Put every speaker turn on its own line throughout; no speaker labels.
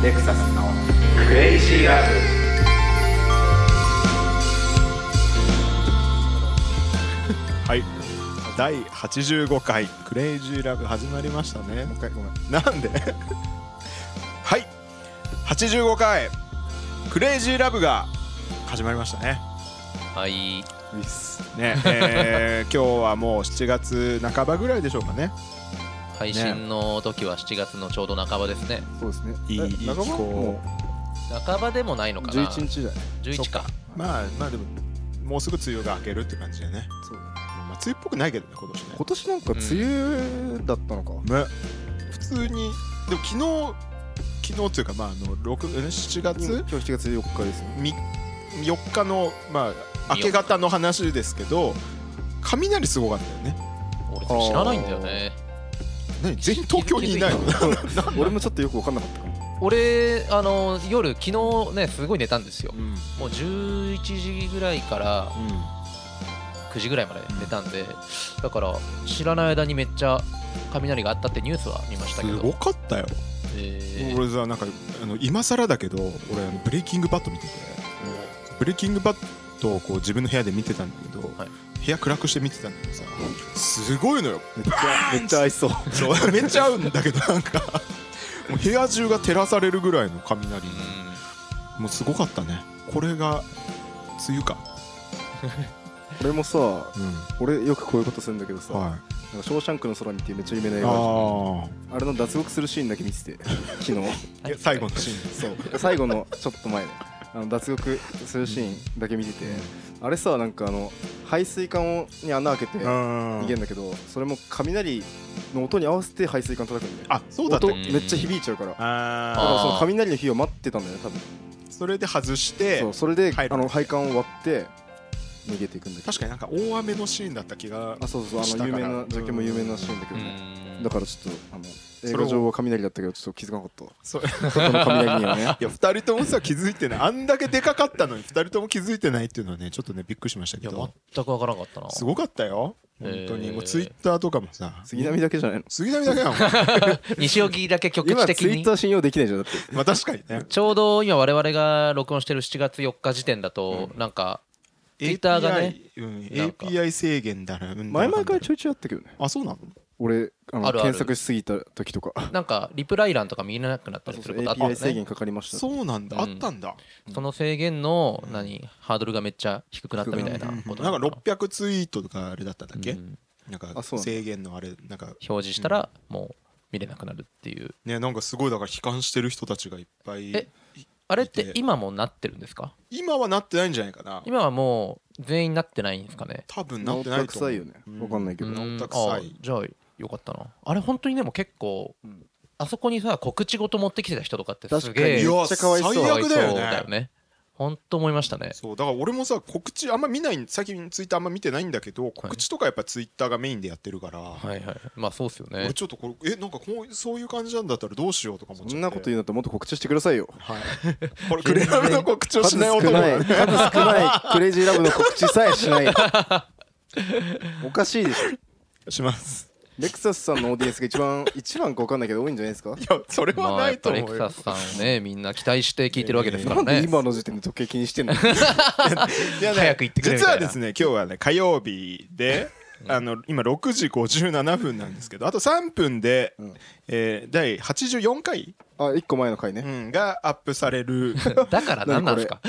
レクサスの
クレイジーラブ
はい第85回「クレイジーラブ」始まりましたねもう一回ごめんなんで はい85回「クレイジーラブ」が始まりましたね
はい。
ういっすね えー今日はもう7月半ばぐらいでしょうかね
配信の時は7月のちょうど半ばですね。
そうですね
いいいい気候
も
半ばでもないの
う
かな。
11日だね
11か。
まあまあでももうすぐ梅雨が明けるって感じでね、
そう
まあ、梅雨っぽくないけどね今年ね
今年なんか梅雨だったのか、
ね普通にでも昨日昨日というかまああの6 7月、
今日7月4日ですね
み4日の、まあ、明け方の話ですけど雷すごかったよね
俺それ知らないんだよね。
何全員東京にいないの
俺もちょっとよく分かんなかったかも
俺あの夜昨日ねすごい寝たんですよ。
うんうん
もう11時ぐらいから9時ぐらいまで寝たんで、だから知らない間にめっちゃ雷があったってニュースは見ましたけ
す
ど。
ごかったよ、
えー
俺さなんかあの今更だけど俺あのブレイキングバット見ててブレイキングバットをこう自分の部屋で見てたんだけど、
はい
部屋暗くして見てたんだけどさすごいのよ
めっちゃめっちゃ合いそう
そうめっちゃ合うんだけどなんかもう部屋中が照らされるぐらいの雷もうすごかったねこれが梅雨か、
俺もさ
うん
俺よくこういうことするんだけどさ「
はい
なんかショーシャンクの空に」っていうめっちゃ有名な映画ある
あ
じゃんあれの脱獄するシーンだけ見てて昨日
あ最後のシーン
そう最後のちょっと前ねあの脱獄するシーンだけ見ててあれさなんかあの排水管をに穴開けて逃
逃
げんだけどそれも雷の音に合わせて排水管叩くんだよ
あそうだった
音めっちゃ響いちゃうからだか
あ
らその雷の日を待ってたんだよね多分
ーそれで外して
そうそれで
入る
あの配管を割って逃げていくんだけど
確かになんか大雨のシーンだった気が
あそうそうあ
下
の
か
有
ら
名なジャケも有名なシーンだけどねだからちょっとあの映
それを
画上は雷だったけどちょっと気づかなかったわ
そう
外の雷にはね
いや2人ともさ気づいてないあんだけでかかったのに2人とも気づいてないっていうのはねちょっとねびっくりしました
い
け
や
ど
全くわからなかったな。
すごかったよ本当に、
えー
もうツイッターとかもさ
杉並だけじゃないの
杉並だけなの ま
西荻だけ局
今
地
ツイ
的に
ッタ。ー信用できないじゃんだって
あ確かにね
ちょうど今我々が録音してる7月4日時点だと、なんか Twitter がね
API うん
なんか
API 制限だらうんだ
前
ら
々からち
ょ
ょいちょいあったけどね
あそうなの
俺あの
あるある
検索しすぎた時とか
なんかリプライ欄とか見れなくなったり
そう
す
そ
る
う
ことあったん
API
です
制
ね
限かかりました
そうなんだ、
うん
あったんだ
その制限の何ハードルがめっちゃ低くなったみたいなこと
なん
の
か
な
600ツイートとかあれだったんだっけ、
うん
なんか
あそうなんだ
制限のあれなんか
表示したらもう見れなくなるっていう
ねなんかすごいだから悲観してる人たちがいっぱい
えあれっ
見
て
て
今もなってるんですか
今はなってないんじゃないかな
今はもう全員なってないんですかね
多分な
直
っ
って
な
た
い
く
と思
さ
う
いよねわかんないけ
う
ど
ん
ん
直った
あ
臭い
じゃあよかったなあれ本当にでも結構
うん
あそこにさ告知ごと持ってきてた人とかってす
確かに
げえ
いや
めっちゃかわいそう
最悪だよ
そう
ね
だよね本当思いましたね
そうだから俺もさ告知あんま見ない最近ツイッターあんま見てないんだけど告知とかやっぱツイッターがメインでやってるから、
はいはいまあそうっすよね
俺ちょっとこれえなんかこうそういう感じなんだったらどうしようとか思っちゃって
そんなこと言うんだったらもっと告知してくださいよ
はい、これクレームの告知を
数
し
少
ない男
な
だ
い
ね
数少ないクレイジーラブの告知さえしない おかしいでしょ
します
レクサスさんのオーディエンスが一番一番か分かんないけど多いんじゃないですか
いやそれは
まあ
な
やっ
いと
ぱ
思う
レ
よ、
クサスさんをねみんな期待して聞いてるわけですか
な
ら
ん で
ね
今の時点で時計気に してんの
いやね
早く行ってくれみ
実
たい
は
な
ですね今日はね火曜日であの今6時57分なんですけどあと3分で、
うん
えー第84回、
あ一個前の回 ね
うんがアップされる
だから何なんですか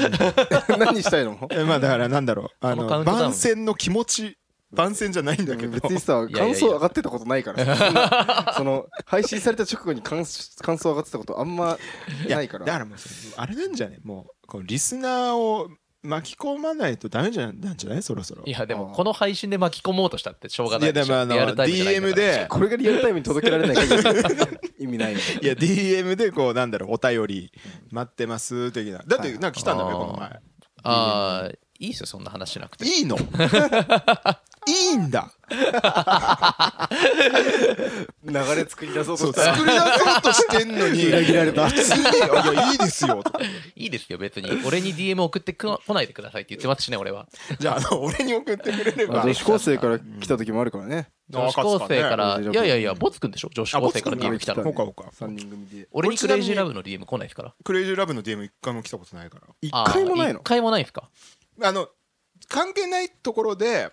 何したいの
えまあだからなんだろう
こ
あの
のカウントダウン
番宣の気持ち番宣じゃないんだけど
別に
い
さ
やいやいや
感想上がってたことないからそんなその配信された直後に感感想上がってたことあんま
いや
ないから
だからもうあれなんじゃねもうこうリスナーを巻き込まないとダメじゃなんじゃないそろそろ
いやでもこの配信で巻き込もうとしたってしょうがない
や
いで
で
し
もあ
ょ
の
リアルタイムじゃないんだ
DM
から
で
これがリアルタイムに届けられない限り意味ないよ
いや DM でこうなんだろうお便り待ってます的なだってなんか来たんだよ
あー
この前
ああいいっすよそんな話しなくて
いいのいいんだ
流れ作り出そう
そ
と
う
したら
作り出そうとしてんのに裏切られた普通に「いやいいですよ」とか
いいですよ、別に。俺に DM 送ってこ来ないでくださいって言ってますしね、俺は。
じゃああの俺に送ってくれれば
まあ女子高生から来た時もあるからね
女子高生から、
あ勝つかね
いやいやいや、ボツくんでしょ、女子高生から
あボツくん
DM 来た
そ
の
う。かそうか
3人組で
俺にクレイジーラブの DM 来ないですから。
クレイジーラブの DM 一回も来たことないか
一
あー
回もないの
一回もないですか。
らあの関係ないところで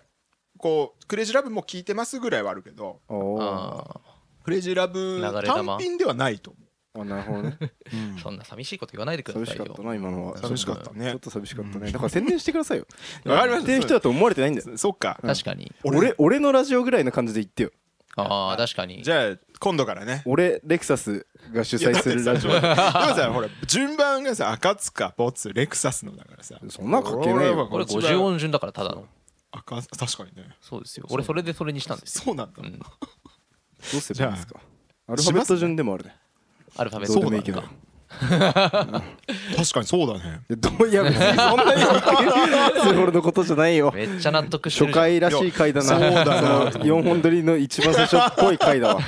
こうクレイジーラブも聞いてますぐらいはあるけど
おー
あ
クレイジーラブ
流れ弾
単品ではないと思
あなるほどね
う、
ーそんな寂しいこと言わないでくだ
寂
さ
し
い
かった
よ。
な今のは
寂しかったね
ちょっと寂しかったねだから宣伝してくださいよ
わかりました
っていう人だと思われてないんだよ
そそっか
確かに。
俺俺のラジオぐらいの感じで言ってよ
ああ、確かに。
じゃあ今度からね
俺レクサスが主
いや
催する ラジオ
だってさでもさほら順番がさ赤塚ボツレクサスのだからさ
そんな関係ないよ
俺50音順だから、ただの。
赤確かにね
そうですよ。俺、それでそれにしたんですよ。
そうなんだ、
うん
どうすればいいんですかアルファベット順でもあるね
アルファベッ
どう
ト
で
と
もいい
か
けど
か。
確かにそうだね
いやどういや別にそんなにびっくりするほどのことじゃな いよ
めっちゃ納得してる
初
じゃん。
回らしい回だな
そうだな
その4本撮りの一番最初っぽい回だわ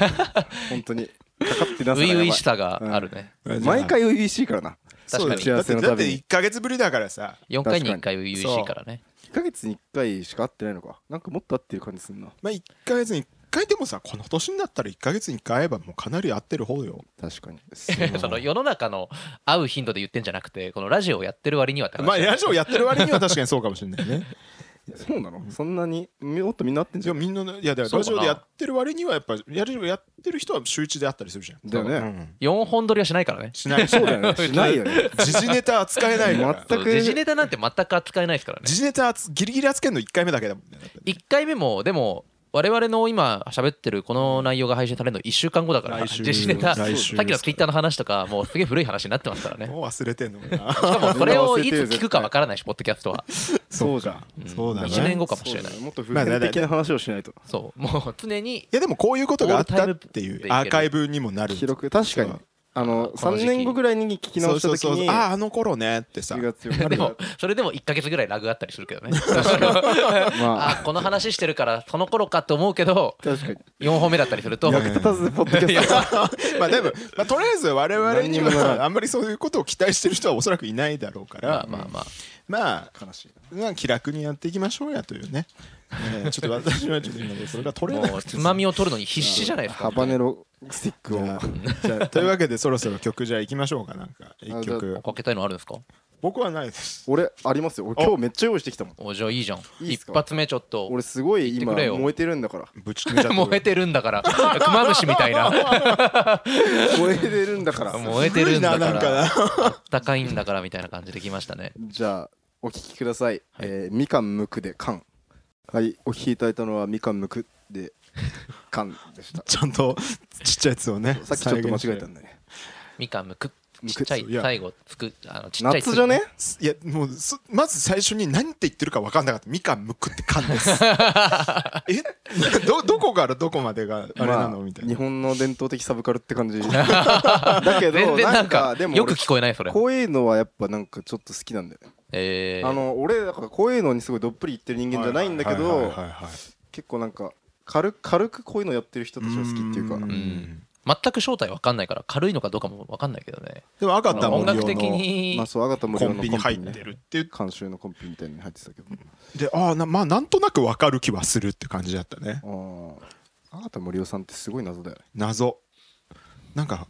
本当にかかって
初
なさがやばい
々しさがあるね。
毎回初々しいからな
確かに
そ
だって
う。だよ幸せの
だ
た
っ
め
て
に
1か月ぶりだからさ
4回に1回初々しいからね。
1ヶ月に1回しか会ってないのかなんかもっと会ってる感じすんな
まあ1か月に1回でもさこの年になったら1か月に1回会えばもうかなり合ってる方よ
確かに
その世の中の会う頻度で言ってんじゃなくて、このラジオをやってる割にはって話
まあラジオやってる割には 確かにそうかもしれないね
そうなのそんなにもっとみんな会ってんじ
で
ゃん
もみんなねいやだから
そう
ラ
か
ジ
な
オでやってる割にはやっぱラジオやってる人は週一であったりするじゃん
だよね
うん
4本撮りはしないからね。
しない
そうだよねしないよね
時事ネタ扱えないから
全
そう時事
く
ネタなんて全く扱えないですからね。
時事ネタ扱ギリギリ扱えるの1回目だけだもんねだって
1回目も、でも、我々の今喋ってるこの内容が配信されるの1週間後だから、
来週
時事ネタ、さっ
来
き
週
のツイッターの話とか、もうすげえ古い話になってますからね。
もう忘れてんの かな
しかもそれをい
みんな忘れてる
つ
絶対
聞くかわからないし、ポッドキャストは。
そうじゃん
ん
そうだね
1年後かもしれない
そうだね。もっと普遍的な話をしないと
そう。もう常に
い、やでもこういうことがあったってい
オールタイムでいうける
アーカイブにもなる
記録確かに
そう
あの
この時
3
期
年後ぐらいに聞き直した時
そうそう
に
そうあああの頃ねってさ
7月4日
でも、それでも1ヶ月ぐらいラグあったりするけどね。それは
ま あ
あ、この話してるから、その頃かと思うけ ど、
確かに
4本目だったりすると、
役立たずポッドキャス
まあでも、まあ、とりあえず我々に
何にもならな
はいあんまりそういうことを期待してる人はおそらくいないだろうから、
まあまあまあ、
まあ
ト悲しい
まあ気楽にやっていきましょうやというね。えーちょっと私はちょっと今それが取れな
もう
くて
つまみを取るのに必死じゃないですか。
ハバネロスティックを
じゃあじゃあというわけでそろそろ曲じゃあ行きましょうかなんか一曲
かけたいのあるんですか
僕はないです
俺ありますよ俺今日めっちゃ用意してきたもん
おじゃあいいじゃん。
いいっす
一
か
発目ちょっと。
俺すごい
言って
今
くれよ
燃えてるんだから
ぶち込みちゃって
燃えてるんだから。クマムシみたい な。
燃えてるんだから
燃えてるんだか
すごいな
ら。あったかいんだからみたいな感じできましたね。
じゃあお聴きください、えーみかんむくでかんはいお聴きいただいたのはみかんむくでかんでした
ちゃんとちっちゃいやつをね
さっきちょっと間違えたん
だ
だね
みかんむく。
むく
ちっちゃい
いや
最後つくあのちっちゃいつ
夏じゃね
いやもうそまず最初に何て言ってるか分かんなかったみかんむくって感 ですえどどこからどこまでがあれなの、
まあ
みたいな
日本の伝統的サブカルっ て感じだけ
全
ど
然
な
なんん
か
か
でも
よく聞こえないそれ
俺こういうのはやっぱなんかちょっと好きなんだよね、
えー
あの俺だからこういうのにすごいどっぷりいってる人間じゃないんだけ
はいはい
ど
はいはい
結構なんか軽く軽くこういうのやってる人たちが好きっていうか
うん
うん全く正体わかんないから軽いのかどうかもわかんないけどね
でも赤田
音
森
楽的
生
に
まあそうあがた
の
森
コ
生の
ンビに入ってるっていう
監修のコンピみたいに入ってたけ ど
でああなまあなんとなく分かる気はするって感じだったね
あああなた森尾さんってすごい謎だよね
謎なんか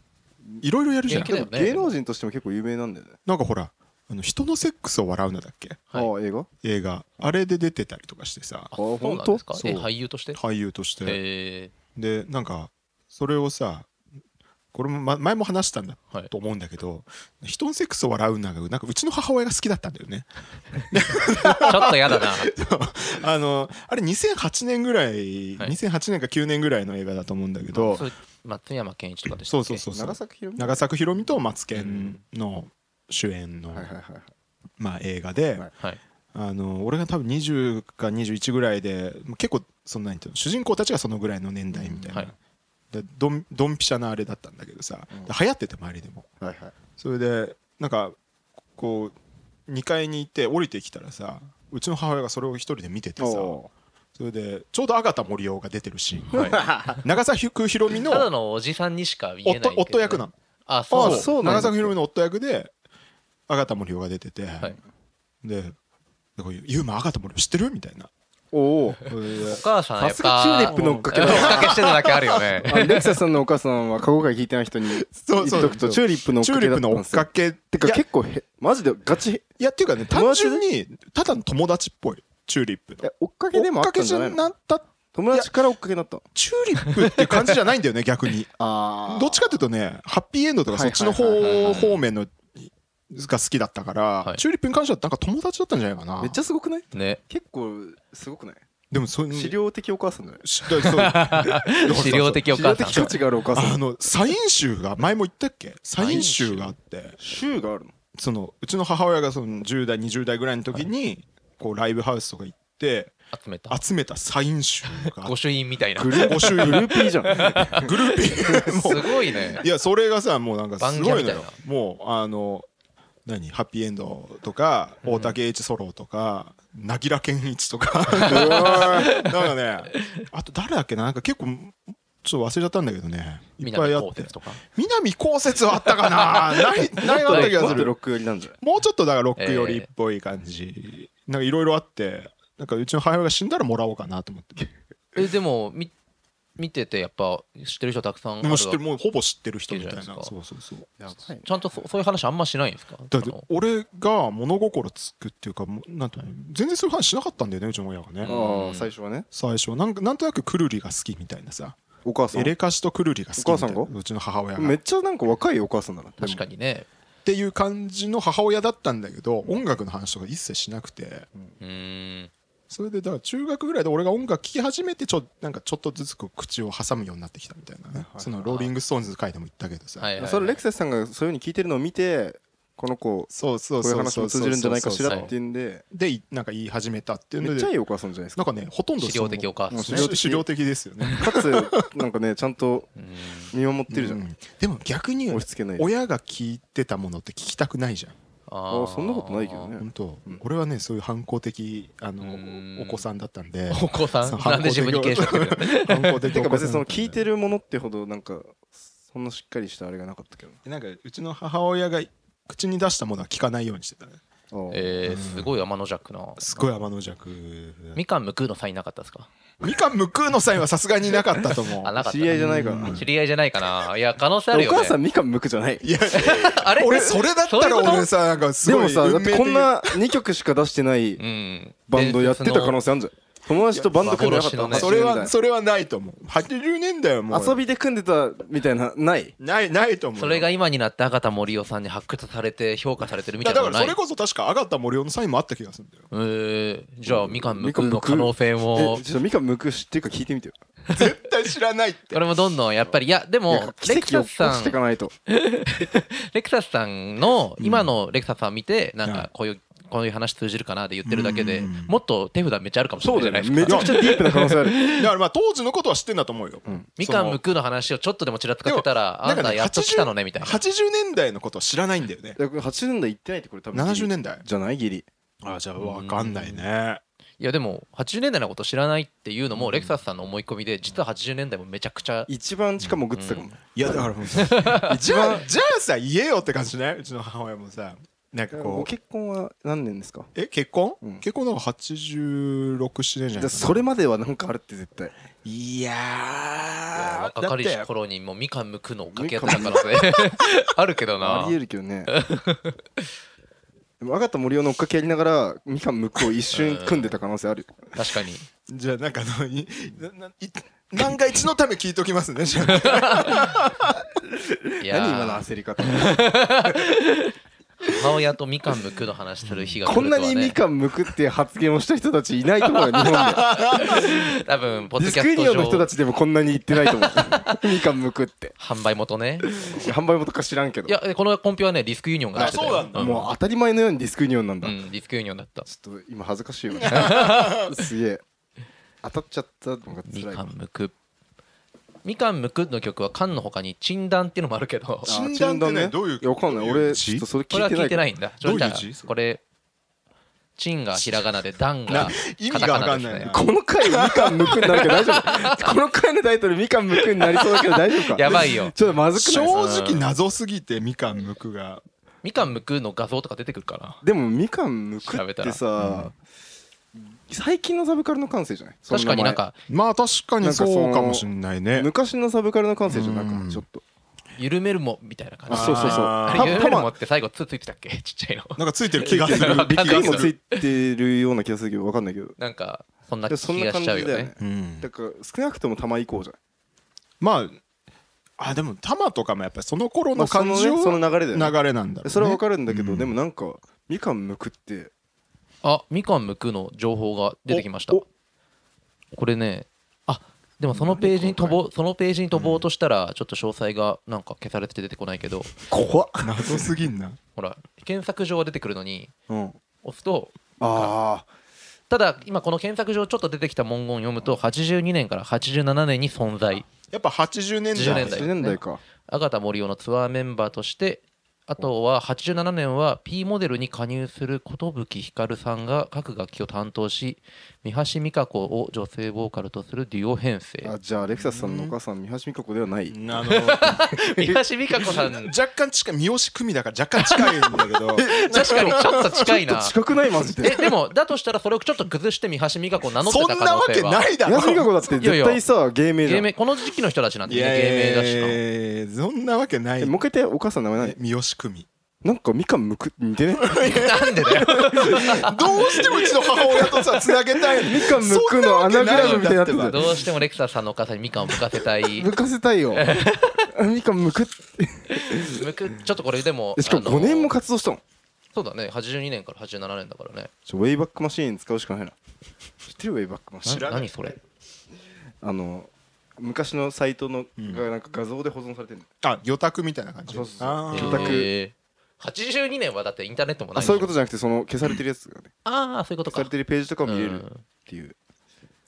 いろいろやるじゃん
元気だよね
芸能人としても結構有名なんだよね
なんかほらあの人のセックスを笑うのだっけ
はい
ああ映画
映画あれで出てたりとかしてさ
あ
あ
そうなん
本当
ですかえ
そう
俳優として
俳優として
え
でなんかそれをさこれもま前も話したんだ
はい
と思うんだけど人のセックスを笑うのがなんかうちの母親が好きだったんだよ ね
ーちょっとやだな
あのあれ2008年ぐらい
はい
2008年か9年ぐらいの映画だと思うんだけど
そう松山ケンイチとかでした
そ
っけ
うそうそうそう
長崎ひろみ
長作ひろみとマツケンの主演の、
はいはいはい
まあ、映画で、
はい
はい
あの俺が多分20か21ぐらいで結構そんなにていうの主人公たちがそのぐらいの年代みたいな、
はい
でドンドンピシャなあれだったんだけどさ、で流行ってて周りでも
はいはい
それでなんかこう2階に行って降りてきたらさうちの母親がそれを一人で見ててさ
お
それでちょうど赤田森生が出てるシーン、
は
長崎ひろみの
ただのおじさんにしか見えないけ
夫
ど
夫役なの
あそう
あそうなんだ
長崎ひろみの夫役で赤田森生が出てて、
はい
で「でこうユーマ赤田森生知ってる?」みたいな。
おお
それで
お母さんやっぱ
さすがチューリップの追っかけだ
追っかけしてただけあるよね
あのレクサスさんのお母さんは過去回聞いてない人に言っとくとチューリップの追っ
チュ
か
ーリ
けだ
ップ
った
の追
んで
っ
すよ
かけ
てか
いや
結構へマジでガチへ
いやっていうかね単
友達で
純にただの友達っぽいチューリップの
え追っかけでもあったんじゃな
追
い
っかけじ
の
ゃなった
友達から追っかけになったの
チューリップっていう感じじゃないんだよ ね逆に
あ
どっちかっていうとねハッピーエンドとかそっちの
はい
はいはいは
方
い
方面のが好きだったから、
はい
チューリップに関してはなんか友達だったんじゃないかな
めっちゃすごくない
ね
結構すごくない
でもそう
資料的お母さんだよね
しだ からそう
資料的お
資料
母
的
さ
価
ん
値があるお母さ
あ
ん
のサイン集が前も言ったっけサイン集があって
州があるの
そのうちの母親がその10代20代ぐらいの時にこうライブハウスとか行って
集めた
集めたサイン集があっ
御朱印みたいな
グループ種類
グルーピーじゃん
グルーピ ーも
すごいね
ういやそれがさもうなんかすご
番
いのよ
犬みた
もうあの何ハッピーエンドとか大竹栄一ソロとかなぎら健一とかなんかねあと誰だっけななんか結構ちょっと忘れちゃったんだけどねいっぱいあって
南こうせつとか
南こうせつはあったかなないないあった気がす
もっと
る
ロック寄りなんじゃない
もうちょっとだからロック寄りっぽい感じなんかいろいろあってなんかうちの母親が死んだらもらおうかなと思って
えでもみ見ててやっぱ知ってる人たくさんあ
で
る
も
わ
知ってるもうほぼ知ってる人みたいない
いじゃないですか
そうそうそう
やばい
ちゃんとそそういう話あんましないんですか
だって
あの
俺が物心つくっていうかもうなんていうの全然そういう話しなかったんだよねうちの親がね、
ああ最初はね
最初なんかなんとなくくるりが好きみたいなさ
お母さ
エレ
ん
カシとくるりが好きみたい
お母さん
なうちの母親が
め
っ
っちゃなんか若いお母さんだなでも
確かにね
ていう感じの母親だったんだけど音楽の話とか一切しなくて
うーん
それでだから中学ぐらいで俺が音楽聴き始めてちょなんかちょっとずつこう口を挟むようになってきたみたいなね、そのローリング・ストーンズの回でも言ったけどさ、
はいはいはい
それレクサスさんがそういうふうに聞いてるのを見てこの子こ
そうそう
ういう
そう
話
そう
も通じるんじゃないかし
そ
ら
う
っ
そう
ていうんで
でいなんか言い始めたっていうの
め
で
っちゃいいお母さんじゃないです
な
か
んかねほとんど
資料的お母さん
資料的資料的ですよね
かつなんかねちゃん と
うーん
見守ってるじゃ
うんんでも逆に
押し付けない
親が聞いてたものって聞きたくないじゃん
あ
あ
ー
あそんなことないけどね
本当俺はねそういう反抗的あ
うん
のお子さんだったんで
お子さ
そうん
なんで自分に敬してく れる
反抗的
てか別にその
お子さ
聞
んだったんで
いてるものってほどなんかそんなしっかりしたあれがなかったけど
なんかうちの母親が口に出したものは聞かないようにしてたね
ああ
えー、すごい天の弱な
すごい天の弱
みかんむくうのサインなかったですか
みかん無空の際はさすがになかった と思う
あなかった
知り合いじゃないからな
知り合いじゃないかないや可能性あ
お
るよね
母さんみかんむくじゃない
いや
あれ
俺それだった
そういう
ら
こと
俺さなんかす
で
ごい
もさだ
運
っ
命
て
的
こんな2曲しか出してない
うん
バンドやってた可能性あるじゃん友達とバンド組んでなかった
幻のね
80
それは
年
それはないと思う80年代はも
代
う
遊びで組んでたみたいなない
ないないと思うよ
それが今になって赤田森夫さんに発掘されて評価されてるみたい
だ
な
か
の
ら
ない
それこそ確か赤田森生のサインもあった気がするんだよ
えー、じゃあみかんむくうの可能性
え
も
ちょっとみかんむく知ってるか聞いてみてよ
絶対知らないって
これもどんどんやっぱりいやで
い
も
や奇
レクサ
跡を
ス
起
さ
こして
ん
いかないと
レクサスさんの今のレクサスさん見てなんかこういうこういう話通じるかなで言ってるだけで
うん
もっと手札めっちゃあるかもしれないじゃないです
めちゃ
か
くちゃディープな可能性ある
だからまあ当時のことは知ってんだと思うよ、
みかんむくうの話をちょっとでもちらつかせたらあんたやっと来たのねみたいな
80年代のことは知らないんだよね
いやこれ80年代行ってないってこれ多分ギリ
70年代
じゃないギリ
あじゃあ分かんないね
いやでも80年代のこと知らないっていうのもレクサスさんの思い込みで実は80年代もめちゃくちゃ
一番近もぐってたかも
いやだからもうさ じゃあじゃあさ言えよって感じしないうちの母親もさなんか
ご
こう
結婚は何年ですか
え結婚、
うん
結婚なんか867年じゃ
じ
な
ゃあ
い
それまではなんかあるって絶対
いやー
若かりし
だって
頃にもうみかんむくのをかけやってたからね あるけどな
ありえるけどねでも赤田森生の追っかけやりながらみかん向こう一瞬組んでた可能性あるよ
確かに
じゃあなんかあのいなない万が一のため聞いときますねじゃあ
いや
何今の
ー
焦り方
母親とみかんむくの話する日が来
こん
ると
な
は
にみ
ね
かんむくって発言をした人たちいないと思うよ日本で
多分 ポッ
デ
ド
ィ
キ
スクユニ
ャ
オンの
スト
人た
上
ちでもこんなに言ってないと 思うみかんむくって
販売元ね
販売元か知らんけど
いやこのコンピはねディスクユニオンが出してたよ
あそうなんだ
もう当たり前のようにディスクユニオンなんだ、
うんディスクユニオンだった
ちょっと今恥ずかしい わすげえ当たっちゃったのが
み
辛い
かんむくみかんむくの曲は「かん」の他に「ちんだん」っていうのもあるけど
あ診断ってねどういう
やわかんない
どういう
俺
字
ちょっとそれ
これは
聞
聞い
い
て
て
な
ない
いんだ
どういう字
じゃあこれチンがひらがなでダンが
意
カタ
味が
カ
わ
ナで
かん
す
ない
ね
な。
この回みかんむくになるけど大丈夫この回のタイトルみかんむくになりそうだけど大丈夫か
やばいよ
ちょっとまずく
正
ない
ょ
直謎すぎてみかんむくが
みかんむくの画像とか出てくるかな
でもみかんむく
調
っ
べた
て
ら
さ、最近のサブカルの感性じゃないその
確
名
か
前
になんか
まあ確か
な
に
んかその
そうかもしんないね
昔のサブカルの感性じゃんなん
う
か
ん
ちょっと
緩めるもみたいな感
あ
じ
そうそうそう
あ
あ
た
れ緩め
た
る
ま
もって最後つついてたっけちっちゃいの
なんかついてる 気がする
わかんない
で
気
も
が
ついてるような気がするけどわかんないけど
なんかそんな
で
気
もそんな
が
感
し
じ
ちゃう
だ
よ
よね
ね
うん
だから少なくとも玉以降じゃない
まああでも玉とかもやっぱりその頃
まあ
の
そ
感
のね
じ
そ
を
の流れだよね
流れなんだろうね
それはわかるんだけど、
うん
でもなんかみかんむくって
あみかんむくの情報が出てきました
おお
これねあでもそのページに飛ぼうそのページに飛ぼうとしたらちょっと詳細がなんか消されてて出てこないけど
怖っ、
謎すぎんな
ほら検索上は出てくるのに
うん、
押すと
あ
ただ今この検索上ちょっと出てきた文言を読むと82年から87年に存在
やっぱ80年
あ
10
代
年代
80年代か、
阿賀田森生のツアーメンバーとしてあとは87年は P モデルに加入する寿ひかるさんが各楽器を担当し三橋美香子を女性ボーカルとするデュオ編成
あじゃあレクサスさんのお母さん三橋美香子ではない、
あの
三橋美香子さん
若干近い三好久美だから若干近いんだけ ど
確かにちょっと近 いな
近くないマジ
え
で
でもだとしたらそれをちょっと崩して三橋美香子を名乗って
そ
た
ん
可
な
能
わ
性
け
は
ないだろ
三橋美香子だって絶対さ芸名じゃ
芸
ん
名この時期の人たちなんて
い
みんな
や
芸名だしな
しそんなわけない
えもう一回言ってお母さんの名前
え三好久美
何なんかみかんむく似てね
なんでだよ
どうしてもうちの母親とさつなげたい
みかんむくのアナグラムみたいになってた
どうしてもレクサスさんのお母さんにみかんを向かせたい
むかせたいよ あみかんむくっ
むくちょっとこれでも
えしかも
あの
5年も活動したの
そうだね82年から87年だからね
ちょウェイバックマシーン使うしかないな知ってるウェイバックマシーン
知らない
何それ
あの昔のサイトの
ん
がなんか画像で保存されてるの、
あ魚拓みたいな感じ
そうそうそう
あー
魚拓
えー82年はだってインターネットもな
あ
い
そういうこと
と
じゃなくてその消されてるやつがね
ああそういうことか
消されてるページとかを見れ
う
るっ
ん
ていう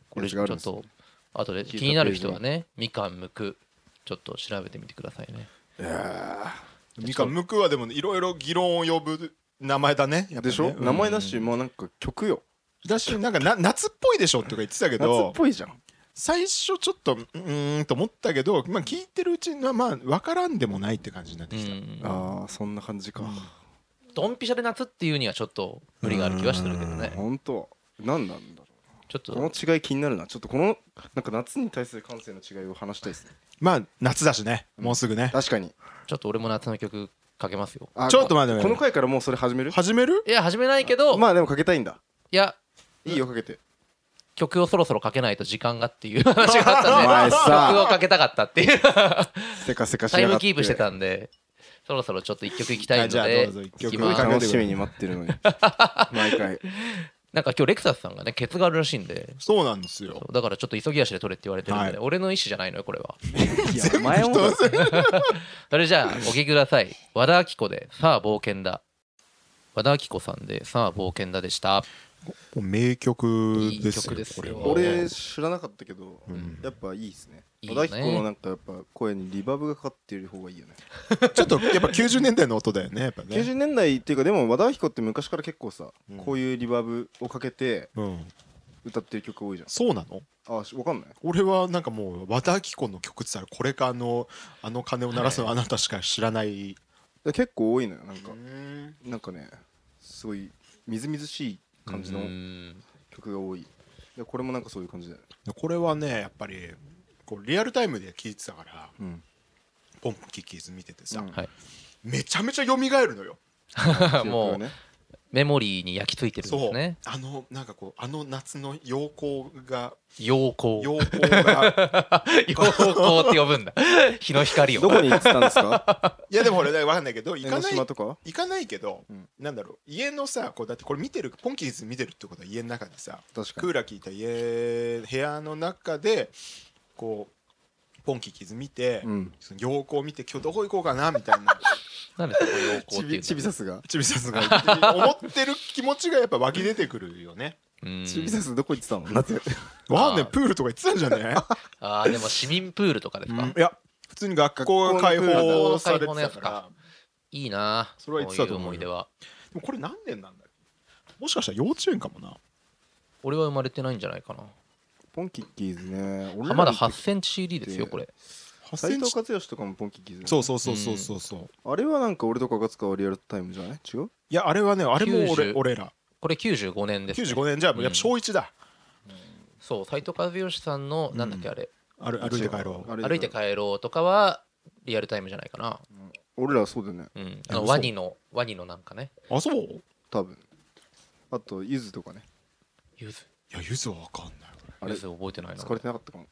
こ
や
れ
つ
ち
が
ょ
あ
っ
るんですよ
と後で気になる人はねみかんむくちょっと調べてみてくださいね
みかんむくはでもいろいろ議論を呼ぶ名前だねやっぱね
でしょ、
うん
名前だしもうなんか曲よ
だしなんかな夏っぽいでしょとか言ってたけ
夏っ
ど
ぽいじゃん
最初ちょっとうーんと思ったけど、まあ、聞いてるうちにはまあ分からんでもないって感じになっ
う
てきた、
ん
あーそんな感じか、
ドンピシャで夏っていうにはちょっと無理がある気はしてるけどね
ほんと何なんだろ
ちょっ
う
と
この違い気になるなちょっとこのなんか夏に対する感性の違いを話したいですね
まあ夏だしねもうすぐね、
確かに
ちょっと俺も夏の曲かけますよ
あ
ちょっと待って
この回からもうそれ始める
始める
いや始めないけど、
まあでもかけたいんだ
いや
いいよかけて
曲をそろそろかけないと時間がっていう話があったんで
お前さ
曲をかけたかったっていう
せかせかし
タ
や
イム
がって
キープしてたんでそろそろちょっと一曲いきたい
は
の
いじゃあ
で
どうぞ一
行き
曲
ま
かけ
す
てくだ
楽
さい
しみに待ってるのに毎回
なんか今日レクサスさんがねケツがあるらしいんで
そうなんですよ
だからちょっと急ぎ足で取れって言われてるので、
はい
俺の意思じゃないのよこれは
いや前もだ
それじゃあお聴きください和田アキ子で「さあ冒険だ」和田アキ子さんで「さあ冒険だ」でした
もう名曲
いい
ですよ
曲ですよ
これは
俺知らなかったけど、
ん
やっぱいいですね
いい
小
よ
田
ね
彦のなんかやっぱ声にリバーブがかかってる方がいいよね
ちょっとやっぱ90年代の音だよねやっぱね、
90年代っていうかでも和田彦って昔から結構さ、
うん
こういうリバーブをかけて
うん、
歌ってる曲多いじゃ
そうなの
んあしわかんない
俺はなんかもう和田アキ子の曲って言ったらこれかあのあの鐘を鳴らすのあなたしか知らない、
で結構多いのよなんか、
うん
なんかねすごいみずみずしい感じの
うん
曲が多いでこれもなんかそういう感じだよね
これはねやっぱりこうリアルタイムで聴いてたから
うん
ポンプキッキーズ見ててさ、
うん
はい、
めちゃめちゃ蘇るのよ
もう
記憶がね
メモリーに焼き付いてるんで
そ
す
う、
ね
あのなんかこうあの夏の陽光が
陽光
陽光 が
陽光って呼ぶん だ日の光を
どこに行ってたんです か
いやでも俺わかんないけど行
江
か
ノ
ない
島とか
行かないけど、
うん
なんだろう家のさこうだってこれ見てるポンキーズ見てるってことは家の中でさ
確か
ク
に
ーラー効いた家部屋の中でこうポンキーズ見て、
うん
その陽光見て今日どこ行こうかなみたいな
なんでそこ陽光っ
ち
てい
び
う
ちびさすが
ちびさすが思ってる気持ちがやっぱ湧き出てくるよね。
の
ちびさすどこ行 ってたの夏
わあね
あー
プールとか行ってたんじゃね
ああでも市民プールとかですか、
いや普通に学校が開放されて
学校の
た
や
か
つ
ら
かいいなあ
それは言ってたと思う
こ
よ
い思い出は
でもこれ何年なんだろもしかしたら幼稚園かもな
俺は生まれてないんじゃないかな
ポンキッキーズね俺
は
ら
まだ
の
8
時
センチ CD ですよこれ
斉
8
藤和義とかもポンキッキーズ、ね、
そうそうそうそうそうそう
あれはなんか俺とかが使うリアルタイムじゃない違う
いやあれはねあれも俺
90
俺ら
これ95年です、ね、
95年じゃあもうやっぱ小1だ、
そう斎藤和義さんのなんだっけあれ、
ある歩いて帰ろう
あれ
歩いて帰ろうとかはリアルタイムじゃないかな
俺らはそうだよね
うんあ
あ
の
そう
ワニのワニのなんかね
あそうい
多分あとゆずとかね
ゆず
やゆずはわかんない
あれ
ゆず覚えてないな
疲れてなかったかも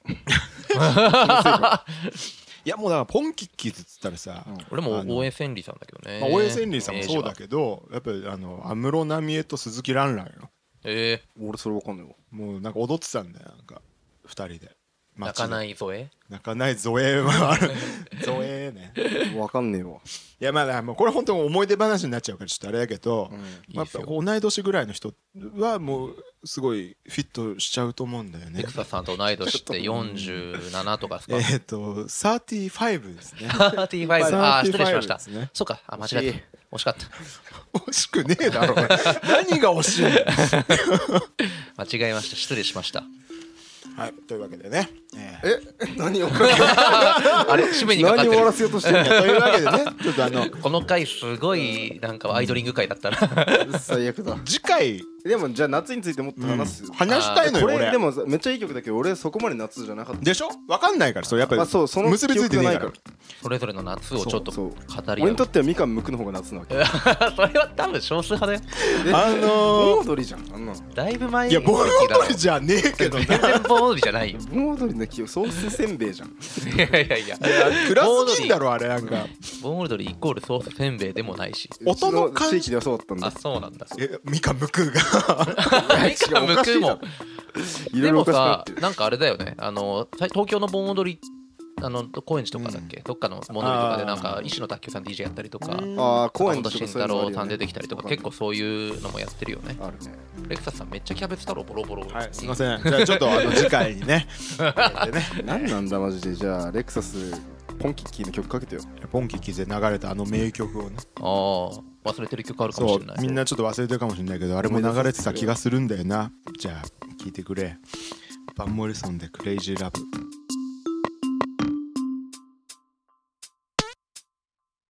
いやもうだからポンキッキーズっつったらさ、
うん
俺
あ
も
の
応援千里さんだけどね
まあ、大江千里さんもそうだ
ど
けどやっぱりあの安室奈美恵と鈴木蘭蘭よ
え
俺それわかんないわ
もうなんか踊ってたんだよなんか2人で
ー泣かないいぞえ
泣かないゾエはある ゾエね
わかんねえわ
いやまあだからもうこれ本当思い出話になっちゃうからちょっとあれだけど、
うん
まあやっぱ同い年ぐらいの人はもうすごいフィットしちゃうと思うんだよね
エクサさんと同い年って47とかです
え
か
ーっと35ですね
35ああ失礼しまし
35
た
ですね
そうかあ間違えた惜しかった
惜しくねえだろう何が惜しいの
間違えました失礼しました
はいというわけでね、えー
え何を何
あれ締めにかかって
終わら
る
せようとしてんの
というわけでねちょっとあの
この回すごいなんかアイドリング回だったな
最悪だ
次回
でもじゃあ夏についてもっと話す、
話したいのよ
これ
俺
でもさめっちゃいい曲だけど俺そこまで夏じゃなかった
でしょわかんないからそうやっぱり、
まあそうその
結びついてねえ
記
から
憶
それぞれの夏をちょっと
そ
語
う
り合
俺
う
にとってはみかん剥くの方が夏なわけ
それは多分少数派だよ
あの
盆
ー
踊りじゃんあんなの
だいぶ前
いや盆踊
ゃ
りじゃねえけど
全
な
然盆踊りじゃないよ
盆踊りの記憶ソースせんべいじゃん
いやいや いや
暗すぎんだろあれなんか
盆踊りイコールソースせんべいでもないし
音の感じ
うち地域ではそうだったん
あ
だ
そうなんだ
えみかんむくうが
何か向くも
いろい
で
ろ
も
おかしくな
さ
ってる
なんかあれだよねあのさ東京の盆踊りあの高円寺とかだっけ、どっかの盆踊りとかでなんか石野卓球さん DJ やったりとか
あー
坂
公園
本
とか
慎
そうい
太
うのあ
郎
る
さ
よ
ん出
ね
てきたりとか結構そういうのもやってるよね
あるね
レクサスさんめっちゃキャベツ太郎ボロボロ
はいすいませんじゃあちょっとあの次回にねでね
何なんだマジでじゃあレクサスポンキッキーの曲かけてよ
ポンキッキーで流れたあの名曲をね
あー忘れてる曲あるかも
そ
し
う
れない
みんなちょっと忘れてるかもしれないけどあれも流れてた気がするんだよなじゃあ聞いてくれバンモリソンでクレイジーラブ